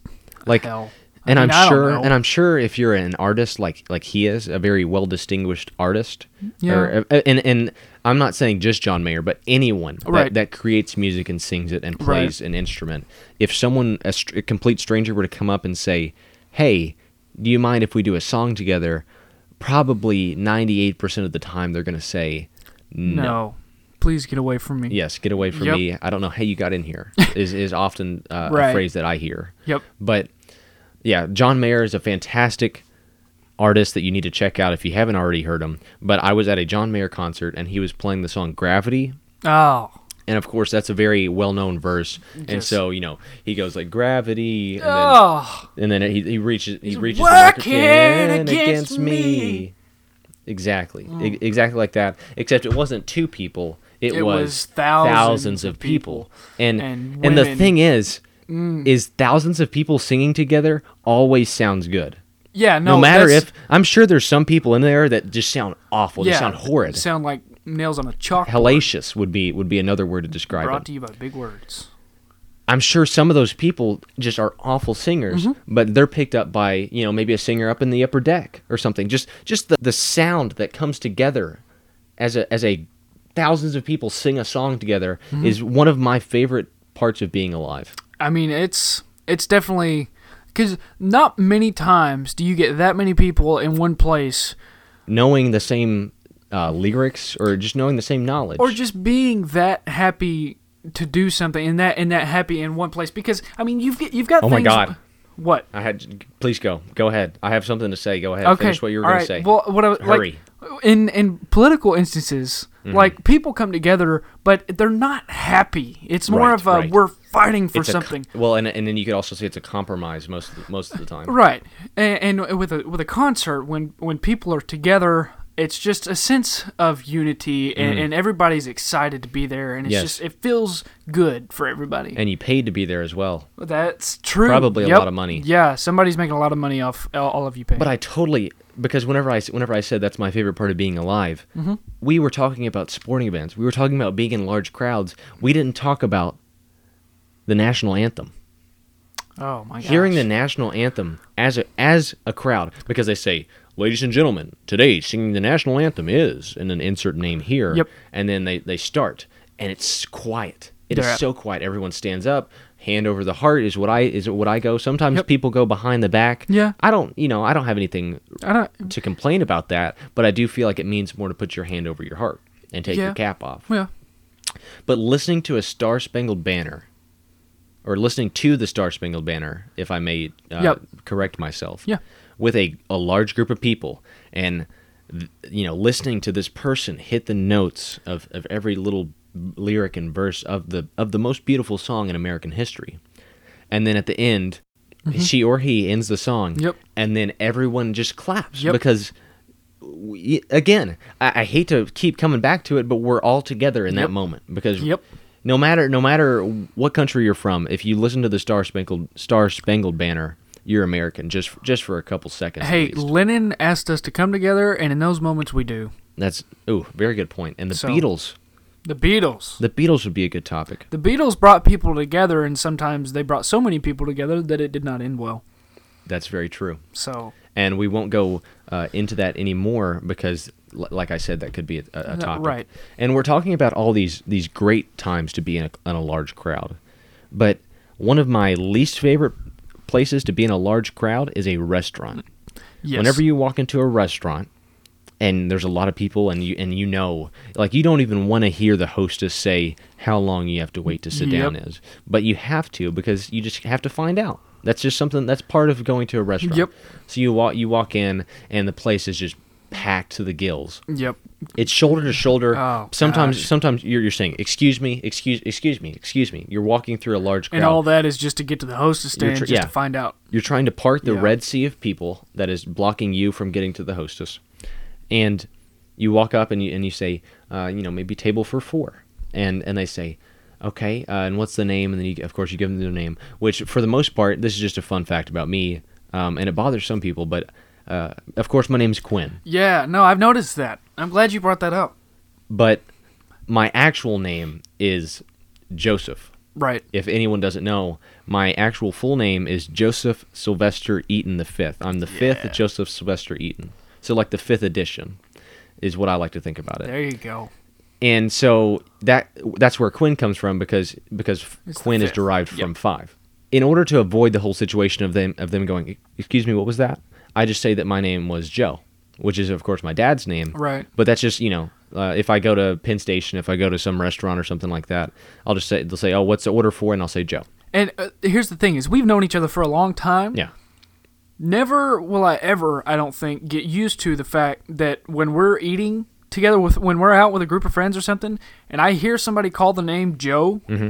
Speaker 3: Like
Speaker 4: hell. I
Speaker 3: and
Speaker 4: mean, I
Speaker 3: I'm
Speaker 4: don't
Speaker 3: sure
Speaker 4: know.
Speaker 3: and I'm sure if you're an artist like like he is, a very well distinguished artist.
Speaker 4: Yeah.
Speaker 3: Or, uh, and and I'm not saying just John Mayer, but anyone
Speaker 4: Right.
Speaker 3: that, that creates music and sings it and
Speaker 4: Right.
Speaker 3: plays an instrument. If someone a, str- a complete stranger were to come up and say, "Hey, do you mind if we do a song together?" Probably 98% of the time they're going to say
Speaker 4: no. Please get away from me.
Speaker 3: Yes, get away from
Speaker 4: Yep.
Speaker 3: me. I don't know how you got in here. Is is often uh,
Speaker 4: Right.
Speaker 3: a phrase that I hear.
Speaker 4: Yep.
Speaker 3: But yeah, John Mayer is a fantastic artist that you need to check out if you haven't already heard him. But I was at a John Mayer concert and he was playing the song Gravity.
Speaker 4: Oh.
Speaker 3: And of course, that's a very well-known verse, and so you know he goes like gravity, and then,
Speaker 4: Oh.
Speaker 3: and then he, he reaches he reaches
Speaker 4: working against me. Mm.
Speaker 3: exactly E- exactly like that. Except it wasn't two people; it,
Speaker 4: It was
Speaker 3: was
Speaker 4: thousands
Speaker 3: thousands
Speaker 4: of
Speaker 3: of people.
Speaker 4: people
Speaker 3: And
Speaker 4: and
Speaker 3: and, the
Speaker 4: women. Mm.
Speaker 3: thing is, is thousands of people singing together always sounds good.
Speaker 4: Yeah. No.
Speaker 3: No, matter
Speaker 4: that's-
Speaker 3: if I'm sure there's some people in there that just sound awful.
Speaker 4: yeah,
Speaker 3: They sound horrid.
Speaker 4: Sound like nails on a chalk.
Speaker 3: Hellacious would be would be another word to describe
Speaker 4: Brought
Speaker 3: it.
Speaker 4: to you by Big Words.
Speaker 3: I'm sure some of those people just are awful singers,
Speaker 4: Mm-hmm.
Speaker 3: but they're picked up by, you know, maybe a singer up in the upper deck or something. Just just the, the sound that comes together as a as a thousands of people sing a song together
Speaker 4: Mm-hmm.
Speaker 3: is one of my favorite parts of being alive.
Speaker 4: I mean, it's it's definitely because not many times do you get that many people in one place,
Speaker 3: Knowing the same uh, lyrics or just knowing the same knowledge.
Speaker 4: or just being that happy to do something in that in that happy in one place. Because I mean, you've get, you've got.
Speaker 3: Oh my
Speaker 4: things-
Speaker 3: God.
Speaker 4: What?
Speaker 3: I had please go. Go ahead. I have something to say. Go ahead.
Speaker 4: Okay.
Speaker 3: Finish what you were
Speaker 4: all
Speaker 3: going
Speaker 4: right.
Speaker 3: to say.
Speaker 4: Well, what I was like
Speaker 3: Hurry. Mm-hmm.
Speaker 4: in in political instances, like people come together, but they're not happy. It's more
Speaker 3: Right,
Speaker 4: of a
Speaker 3: right.
Speaker 4: we're fighting for
Speaker 3: It's a co-
Speaker 4: something.
Speaker 3: well, and and then you could also say it's a compromise most of the, most of the time.
Speaker 4: Right, and, and with a with a concert, when when people are together, it's just a sense of unity, and, and everybody's excited to be there, and it's
Speaker 3: Mm-hmm. Yes.
Speaker 4: just it feels good for everybody.
Speaker 3: And you paid to be there as well.
Speaker 4: That's true.
Speaker 3: Probably a
Speaker 4: Yep.
Speaker 3: lot of money.
Speaker 4: Yeah, somebody's making a lot of money off all- all of you paying.
Speaker 3: But I totally because whenever I whenever I said that's my favorite part of being alive,
Speaker 4: Mm-hmm.
Speaker 3: we were talking about sporting events. We were talking about being in large crowds. We didn't talk about the national anthem.
Speaker 4: oh my gosh.
Speaker 3: Hearing the national anthem as a as a crowd because they say ladies and gentlemen, today singing the national anthem is, and then insert name here.
Speaker 4: Yep.
Speaker 3: And then they, they start, and it's quiet. It is
Speaker 4: They're at-
Speaker 3: so quiet. Everyone stands up. Hand over the heart is what I is what I go. Sometimes
Speaker 4: Yep.
Speaker 3: people go behind the back.
Speaker 4: Yeah.
Speaker 3: I don't, you know, I don't have anything
Speaker 4: I don't.
Speaker 3: to complain about that, but I do feel like it means more to put your hand over your heart and take
Speaker 4: Yeah.
Speaker 3: your cap off.
Speaker 4: Well,
Speaker 3: But listening to a Star Spangled Banner, or listening to the Star Spangled Banner, if I may uh,
Speaker 4: Yep.
Speaker 3: correct myself,
Speaker 4: Yeah.
Speaker 3: with a, a large group of people and th- you know listening to this person hit the notes of, of every little lyric and verse of the of the most beautiful song in American history, and then at the end, she or he ends the song,
Speaker 4: Mm-hmm. Yep.
Speaker 3: and then everyone just claps
Speaker 4: Yep.
Speaker 3: because we, again, I, I hate to keep coming back to it, but we're all together in
Speaker 4: Yep.
Speaker 3: that moment because
Speaker 4: Yep.
Speaker 3: no matter no matter what country you're from, if you listen to the Star Spangled Star Spangled Banner, you're American just just for a couple seconds. at
Speaker 4: hey,
Speaker 3: least.
Speaker 4: Lennon asked us to come together, and in those moments we do.
Speaker 3: that's ooh, very good point. And the
Speaker 4: So-
Speaker 3: Beatles,
Speaker 4: The Beatles.
Speaker 3: the Beatles would be a good topic.
Speaker 4: The Beatles brought people together, and sometimes they brought so many people together that it did not end well.
Speaker 3: That's very true.
Speaker 4: So
Speaker 3: And we won't go uh, into that anymore because, l- like I said, that could be a, a
Speaker 4: No,
Speaker 3: topic.
Speaker 4: Uh, right.
Speaker 3: And we're talking about all these these great times to be in a, in a large crowd, but one of my least favorite places to be in a large crowd is a restaurant.
Speaker 4: yes,
Speaker 3: Whenever you walk into a restaurant and there's a lot of people and you and you know, like you don't even want to hear the hostess say how long you have to wait to sit
Speaker 4: Mm, Yep.
Speaker 3: down is, but you have to because you just have to find out. That's just something that's part of going to a restaurant.
Speaker 4: Yep.
Speaker 3: So you walk you walk in and the place is just packed to the gills.
Speaker 4: yep,
Speaker 3: It's shoulder to shoulder.
Speaker 4: Oh,
Speaker 3: sometimes
Speaker 4: gosh.
Speaker 3: sometimes you're you're saying, "Excuse me, excuse excuse me, excuse me." You're walking through a large crowd
Speaker 4: and all that is just to get to the hostess
Speaker 3: You're
Speaker 4: stand
Speaker 3: tr-
Speaker 4: just
Speaker 3: yeah.
Speaker 4: to find out.
Speaker 3: you're trying to part the
Speaker 4: Yeah.
Speaker 3: red sea of people that is blocking you from getting to the hostess and you walk up and you, and you say uh, you know maybe table for four and and they say okay uh, and what's the name and then you, of course you give them their name which for the most part this is just a fun fact about me um, and it bothers some people but uh, of course my name's quinn
Speaker 4: Yeah, no, I've noticed that. I'm glad you brought that up.
Speaker 3: but my actual name is joseph
Speaker 4: Right.
Speaker 3: if anyone doesn't know, my actual full name is Joseph Sylvester Eaton the fifth. I'm the fifth Joseph Sylvester Eaton. So like the fifth edition is what I like to think about it.
Speaker 4: There you go.
Speaker 3: And so that that's where Quinn comes from because because
Speaker 4: It's the
Speaker 3: Quinn is
Speaker 4: fifth.
Speaker 3: derived
Speaker 4: Yep.
Speaker 3: from five. In order to avoid the whole situation of them of them going, excuse me, what was that? I just say that my name was Joe, which is of course my dad's name.
Speaker 4: Right.
Speaker 3: But that's just you know, uh, if I go to Penn Station, if I go to some restaurant or something like that, I'll just say they'll say, oh, what's the order for? And I'll say Joe.
Speaker 4: And uh, here's the thing: is we've known each other for a long time.
Speaker 3: Yeah.
Speaker 4: Never will I ever, I don't think, get used to the fact that when we're eating together with when we're out with a group of friends or something, and I hear somebody call the name Joe,
Speaker 3: Mm-hmm.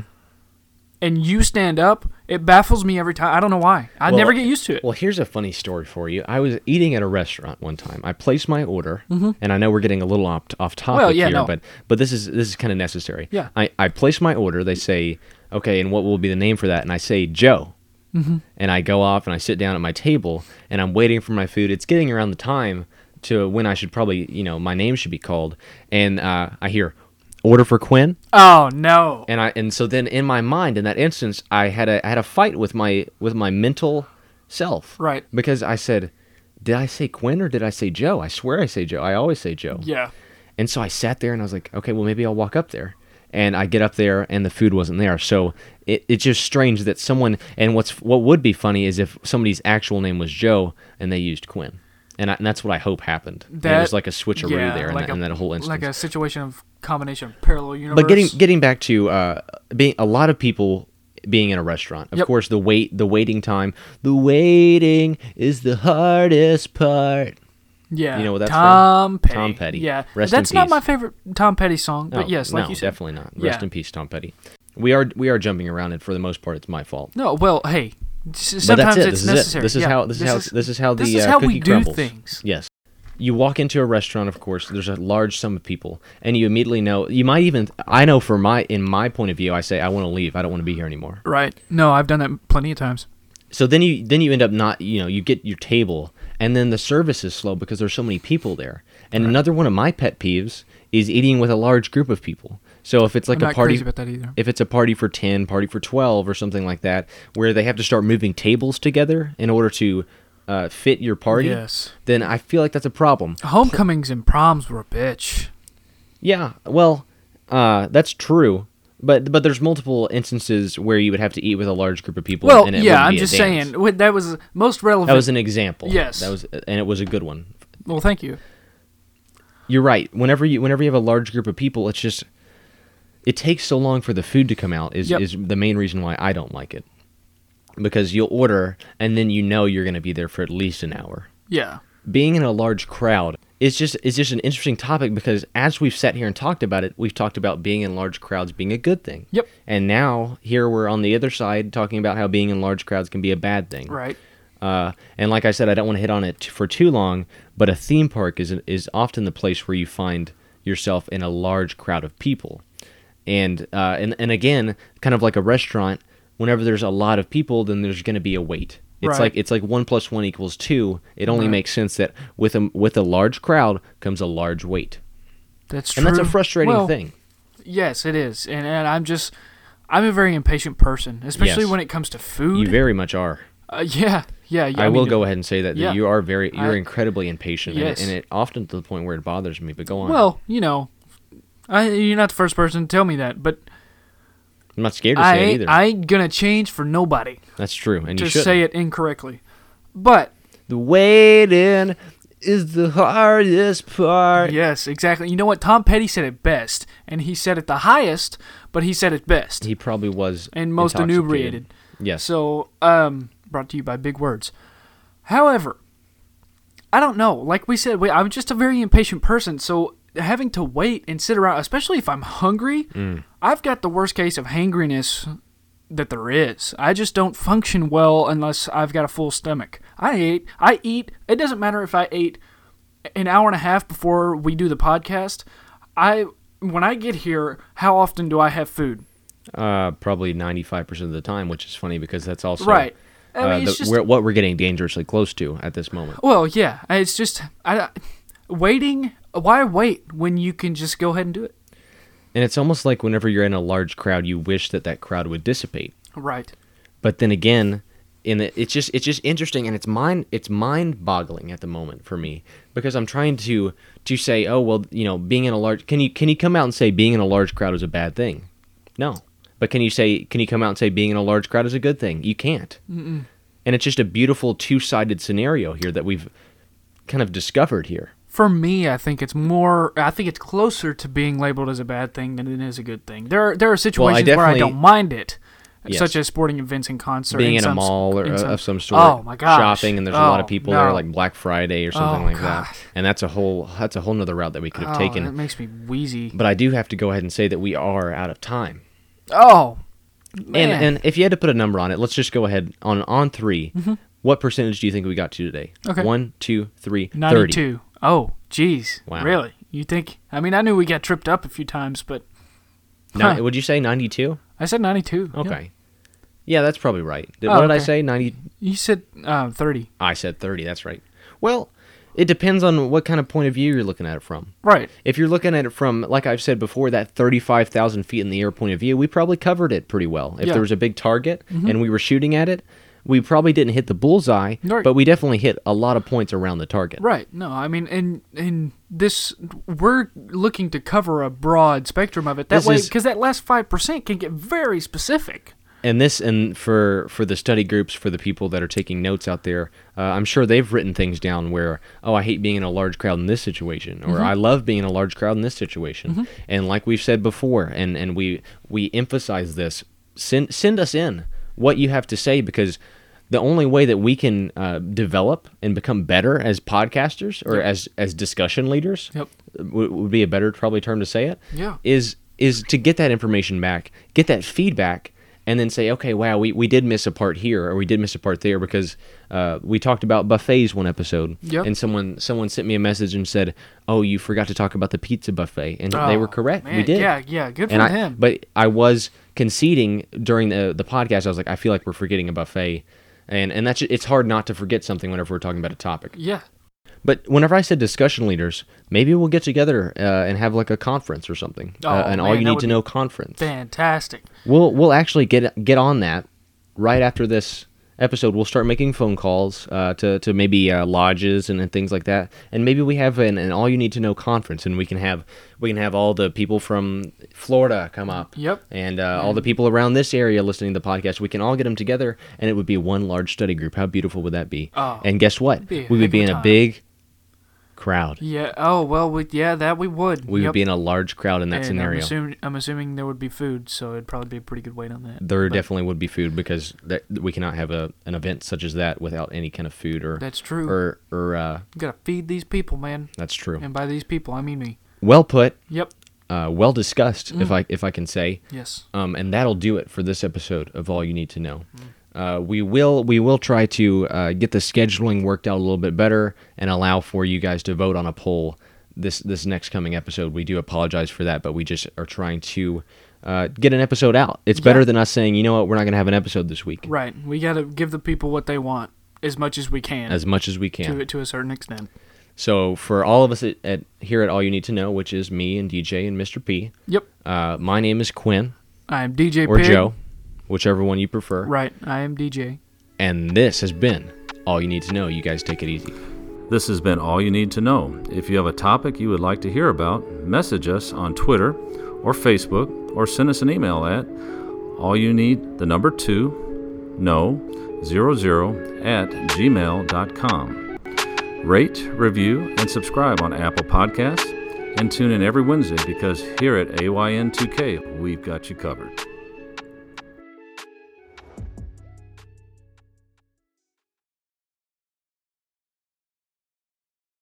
Speaker 4: and you stand up, it baffles me every time. I don't know why. I
Speaker 3: Well,
Speaker 4: never get used to it.
Speaker 3: Well, here's a funny story for you. I was eating at a restaurant one time. I placed my order, and I know we're getting a little off, off topic
Speaker 4: Mm-hmm. Well, yeah,
Speaker 3: here,
Speaker 4: no.
Speaker 3: but but this is this is kind of necessary.
Speaker 4: Yeah.
Speaker 3: I I place my order. They say, okay, and what will be the name for that? And I say Joe. Mm-hmm. And I go off and I sit down at my table and I'm waiting for my food. It's getting around the time to when I should probably, you know, my name should be called. And uh, I hear order for Quinn.
Speaker 4: oh no.
Speaker 3: and I and so then in my mind in that instance I had a I had a fight with my with my mental self.
Speaker 4: Right.
Speaker 3: Because I said, did I say Quinn or did I say Joe? I swear I say Joe. I always say Joe.
Speaker 4: yeah.
Speaker 3: And so I sat there and I was like, okay, well maybe I'll walk up there. And I get up there and the food wasn't there. So it, it's just strange that someone and what's what would be funny is if somebody's actual name was Joe and they used Quinn. And, I, and that's what I hope happened. And it
Speaker 4: That-
Speaker 3: was like a switcheroo
Speaker 4: yeah,
Speaker 3: there in,
Speaker 4: like
Speaker 3: that,
Speaker 4: a-
Speaker 3: in that whole instance.
Speaker 4: Like a situation of combination of parallel universe.
Speaker 3: But getting getting back to uh, being a lot of people being in a restaurant. Of
Speaker 4: Yep.
Speaker 3: course, the wait, the waiting time, the waiting is the hardest part.
Speaker 4: yeah,
Speaker 3: you know what that's
Speaker 4: Tom Petty.
Speaker 3: Tom Petty.
Speaker 4: Yeah,
Speaker 3: Rest in
Speaker 4: that's not
Speaker 3: peace.
Speaker 4: my favorite Tom Petty song, but
Speaker 3: No,
Speaker 4: yes, like
Speaker 3: Oh, no,
Speaker 4: you said,
Speaker 3: definitely not. Rest
Speaker 4: Yeah.
Speaker 3: in peace, Tom Petty. We are we are jumping around, and for the most part, it's my fault.
Speaker 4: No, well, hey, s- sometimes
Speaker 3: But that's it.
Speaker 4: it's
Speaker 3: This is it.
Speaker 4: necessary.
Speaker 3: This is
Speaker 4: Yeah,
Speaker 3: how this, is how this is how the
Speaker 4: this is
Speaker 3: uh,
Speaker 4: how
Speaker 3: cookie
Speaker 4: we do
Speaker 3: crumbles.
Speaker 4: things.
Speaker 3: Yes. You walk into a restaurant, of course, there's a large sum of people, and you immediately know. You might even I know for my in my point of view, I say I want to leave. I don't want to be here anymore.
Speaker 4: Right. No, I've done that plenty of times.
Speaker 3: so then you then you end up not you know you get your table and then the service is slow because there's so many people there and another one of my pet peeves is eating with a large group of people so if it's like a
Speaker 4: I'm not
Speaker 3: party
Speaker 4: crazy about that either.
Speaker 3: if it's a party for 10 party for 12 or something like that where they have to start moving tables together in order to uh, fit your party,
Speaker 4: Yes.
Speaker 3: then I feel like that's a problem.
Speaker 4: Homecomings and proms were a bitch.
Speaker 3: Yeah, well, uh, that's true. But but there's multiple instances where you would have to eat with a large group of people.
Speaker 4: Well,
Speaker 3: and it
Speaker 4: yeah,
Speaker 3: wouldn't
Speaker 4: I'm
Speaker 3: be a
Speaker 4: just
Speaker 3: dance.
Speaker 4: saying wh- that was most relevant.
Speaker 3: That was an example.
Speaker 4: Yes.
Speaker 3: that was and it was a good one.
Speaker 4: well, thank you.
Speaker 3: You're right. Whenever you whenever you have a large group of people, it's just it takes so long for the food to come out is
Speaker 4: Yep.
Speaker 3: is the main reason why I don't like it. Because you'll order and then you know you're going to be there for at least an hour.
Speaker 4: Yeah.
Speaker 3: Being in a large crowd is just is just an interesting topic because as we've sat here and talked about it, we've talked about being in large crowds being a good thing.
Speaker 4: Yep.
Speaker 3: And now here we're on the other side talking about how being in large crowds can be a bad thing.
Speaker 4: Right.
Speaker 3: Uh, and like I said, I don't want to hit on it t- for too long, but a theme park is is often the place where you find yourself in a large crowd of people, and uh, and and again, kind of like a restaurant. Whenever there's a lot of people, then there's going to be a wait. It's
Speaker 4: Right.
Speaker 3: like it's like one plus one equals two. It only makes sense that with a with a large crowd comes a large wait,
Speaker 4: That's
Speaker 3: and
Speaker 4: true.
Speaker 3: that's a frustrating
Speaker 4: Well,
Speaker 3: thing.
Speaker 4: Yes, it is, and, and I'm just, I'm a very impatient person, especially
Speaker 3: Yes.
Speaker 4: when it comes to
Speaker 3: You
Speaker 4: food.
Speaker 3: very much are.
Speaker 4: uh, yeah, yeah, yeah.
Speaker 3: I, will
Speaker 4: mean,
Speaker 3: go ahead and say that, that
Speaker 4: yeah.
Speaker 3: you are very you're
Speaker 4: I-
Speaker 3: incredibly impatient, and it-
Speaker 4: Yes.
Speaker 3: and, it often to the point where it bothers me. But go on.
Speaker 4: Well, you know, I, you're not the first person to tell me that, but
Speaker 3: I'm not scared to say
Speaker 4: I
Speaker 3: it
Speaker 4: ain't,
Speaker 3: either.
Speaker 4: I ain't gonna change for nobody
Speaker 3: That's true, and
Speaker 4: to
Speaker 3: you should
Speaker 4: say it incorrectly. But
Speaker 3: The waiting is the hardest part.
Speaker 4: yes, exactly. You know what? Tom Petty said it best, and he said it the highest, but he said it best
Speaker 3: He probably was
Speaker 4: and most
Speaker 3: intoxicated.
Speaker 4: inebriated.
Speaker 3: Yes,
Speaker 4: So, um, brought to you by Big Words. However, I don't know. Like we said, we, I'm just a very impatient person, so having to wait and sit around, especially if I'm hungry,
Speaker 3: Mm.
Speaker 4: I've got the worst case of hangriness that there is. I just don't function well unless I've got a full stomach. I ate. I eat. It doesn't matter if I ate an hour and a half before we do the podcast. I when I get here, how often do I have food?
Speaker 3: uh, probably ninety-five percent of the time, which is funny because that's also
Speaker 4: Right. I
Speaker 3: uh,
Speaker 4: mean, it's
Speaker 3: the-
Speaker 4: just-
Speaker 3: we're- what we're getting dangerously close to at this moment.
Speaker 4: Well, yeah, I- it's just I, I- waiting. Why wait when you can just go ahead and do it?
Speaker 3: And it's almost like whenever you're in a large crowd, you wish that that crowd would dissipate.
Speaker 4: Right.
Speaker 3: But then again, in the, it's just it's just interesting and it's mind it's mind boggling at the moment for me because I'm trying to to say oh well you know being in a large can you can you come out and say being in a large crowd is a bad thing? No, but can you say can you come out and say being in a large crowd is a good thing? You can't. Mm-mm. And it's just a beautiful two sided scenario here that we've kind of discovered here.
Speaker 4: For me, I think it's more. I think it's closer to being labeled as a bad thing than it is a good thing. There are there are situations where I
Speaker 3: definitely-
Speaker 4: don't mind it,
Speaker 3: Yes.
Speaker 4: such as sporting events and concerts.
Speaker 3: being
Speaker 4: and
Speaker 3: in a
Speaker 4: some-
Speaker 3: mall or
Speaker 4: and
Speaker 3: uh,
Speaker 4: some-
Speaker 3: of some sort,
Speaker 4: Oh my gosh.
Speaker 3: shopping, and there's a lot of
Speaker 4: Oh,
Speaker 3: people there,
Speaker 4: no.
Speaker 3: like Black Friday or something
Speaker 4: Oh,
Speaker 3: like
Speaker 4: God.
Speaker 3: that. And that's a whole that's a whole nother route that we could have
Speaker 4: oh,
Speaker 3: taken.
Speaker 4: That makes me wheezy.
Speaker 3: but I do have to go ahead and say that we are out of time.
Speaker 4: Oh. Man.
Speaker 3: And and if you had to put a number on it, let's just go ahead on on 3 What percentage do you think we got to today?
Speaker 4: Mm-hmm. Okay.
Speaker 3: One, two, three, 30.
Speaker 4: 92. Oh, jeez.
Speaker 3: Wow.
Speaker 4: Really? You think? I mean, I knew we got tripped up a few times, but
Speaker 3: Ni-
Speaker 4: Huh.
Speaker 3: Would you say ninety-two?
Speaker 4: I said 92. Yeah.
Speaker 3: Okay. Yeah. that's probably right. Did-
Speaker 4: Oh,
Speaker 3: what did I
Speaker 4: okay.
Speaker 3: say? Ninety.
Speaker 4: You said um, 30.
Speaker 3: I said thirty. That's right. Well, it depends on what kind of point of view you're looking at it from.
Speaker 4: Right.
Speaker 3: If you're looking at it from, like I've said before, that 35,000 feet in the air point of view, we probably covered it pretty well. If
Speaker 4: Yeah.
Speaker 3: there was a big target and we were shooting at it, we probably didn't hit the bullseye,
Speaker 4: Right.
Speaker 3: but we definitely hit a lot of points around the target.
Speaker 4: Right. No, I mean, and and this we're looking to cover a broad spectrum of it. That
Speaker 3: This
Speaker 4: way,
Speaker 3: is-
Speaker 4: because that last five percent can get very specific.
Speaker 3: And this, and for for the study groups, for the people that are taking notes out there, uh, I'm sure they've written things down where, oh, I hate being in a large crowd in this situation,
Speaker 4: Mm-hmm.
Speaker 3: or I love being in a large crowd in this situation. And like we've said before, and and we we emphasize this, send send us in what you have to say because the only way that we can uh, develop and become better as podcasters or as as discussion leaders
Speaker 4: Yep.
Speaker 3: w- would be a better probably term to say it
Speaker 4: Yeah.
Speaker 3: is is to get that information back, get that feedback, and then say, okay, wow, we, we did miss a part here or we did miss a part there because uh, we talked about buffets one episode,
Speaker 4: Yep.
Speaker 3: and someone someone sent me a message and said, oh, you forgot to talk about the pizza buffet, and they were
Speaker 4: Oh,
Speaker 3: correct, we
Speaker 4: man.
Speaker 3: did,
Speaker 4: Yeah, yeah, good
Speaker 3: and
Speaker 4: for
Speaker 3: I,
Speaker 4: them.
Speaker 3: But I was conceding during the the podcast. I was like, I feel like we're forgetting a buffet. And, and that's it's hard not to forget something whenever we're talking about a topic.
Speaker 4: Yeah.
Speaker 3: But whenever I said discussion leaders, maybe we'll get together uh, and have like a conference or something,
Speaker 4: Oh,
Speaker 3: uh, an all you
Speaker 4: man, that
Speaker 3: need
Speaker 4: would
Speaker 3: to
Speaker 4: be
Speaker 3: know conference.
Speaker 4: Fantastic.
Speaker 3: We'll we'll actually get get on that right after this episode, we'll start making phone calls uh, to to maybe uh, lodges and, and things like that, and maybe we have an, an all you need to know conference, and we can have we can have all the people from Florida come up.
Speaker 4: Yep.
Speaker 3: And uh, all the people around this area listening to the podcast, we can all get them together, and it would be one large study group. How beautiful would that be?
Speaker 4: Oh,
Speaker 3: and guess what?
Speaker 4: be a
Speaker 3: we
Speaker 4: heck of
Speaker 3: would be
Speaker 4: a
Speaker 3: in a
Speaker 4: time.
Speaker 3: big crowd.
Speaker 4: Yeah. Oh well. We, yeah, that we would.
Speaker 3: We
Speaker 4: Yep.
Speaker 3: would be in a large crowd in that
Speaker 4: And uh,
Speaker 3: scenario.
Speaker 4: I'm assuming, I'm assuming there would be food, so it'd probably be a pretty good weight on that.
Speaker 3: there
Speaker 4: But
Speaker 3: definitely would be food because that, we cannot have a an event such as that without any kind of food or
Speaker 4: That's true.
Speaker 3: or or uh,
Speaker 4: You gotta feed these people, man.
Speaker 3: that's true.
Speaker 4: And by these people, I mean me.
Speaker 3: Well put,
Speaker 4: Yep.
Speaker 3: uh, well discussed,
Speaker 4: Mm-hmm.
Speaker 3: if I if I can say.
Speaker 4: Yes.
Speaker 3: Um, and that'll do it for this episode of All You Need to Know. Uh, we will we will try to uh, get the scheduling worked out a little bit better and allow for you guys to vote on a poll this this next coming episode. We do apologize for that, but we just are trying to uh, get an episode out. It's better than us saying, you know what, we're not going to have an episode this week,
Speaker 4: Right. We gotta give the people what they want as much as we can.
Speaker 3: as much as we can.
Speaker 4: to to a certain extent.
Speaker 3: So for all of us at, at here at All You Need to Know, which is me and DJ and Mr. P,
Speaker 4: Yep.
Speaker 3: uh, my name is Quinn
Speaker 4: I am DJ
Speaker 3: or
Speaker 4: Pig.
Speaker 3: Joe, whichever one you prefer.
Speaker 4: Right. I am DJ.
Speaker 3: And this has been All You Need to Know. You guys take it easy.
Speaker 1: This has been All You Need to Know. If you have a topic you would like to hear about, message us on Twitter or Facebook or send us an email at all you need the number two no zero zero at gmail.com. Rate, review, and subscribe on Apple Podcasts and tune in every Wednesday because here at AYN2K we've got you covered.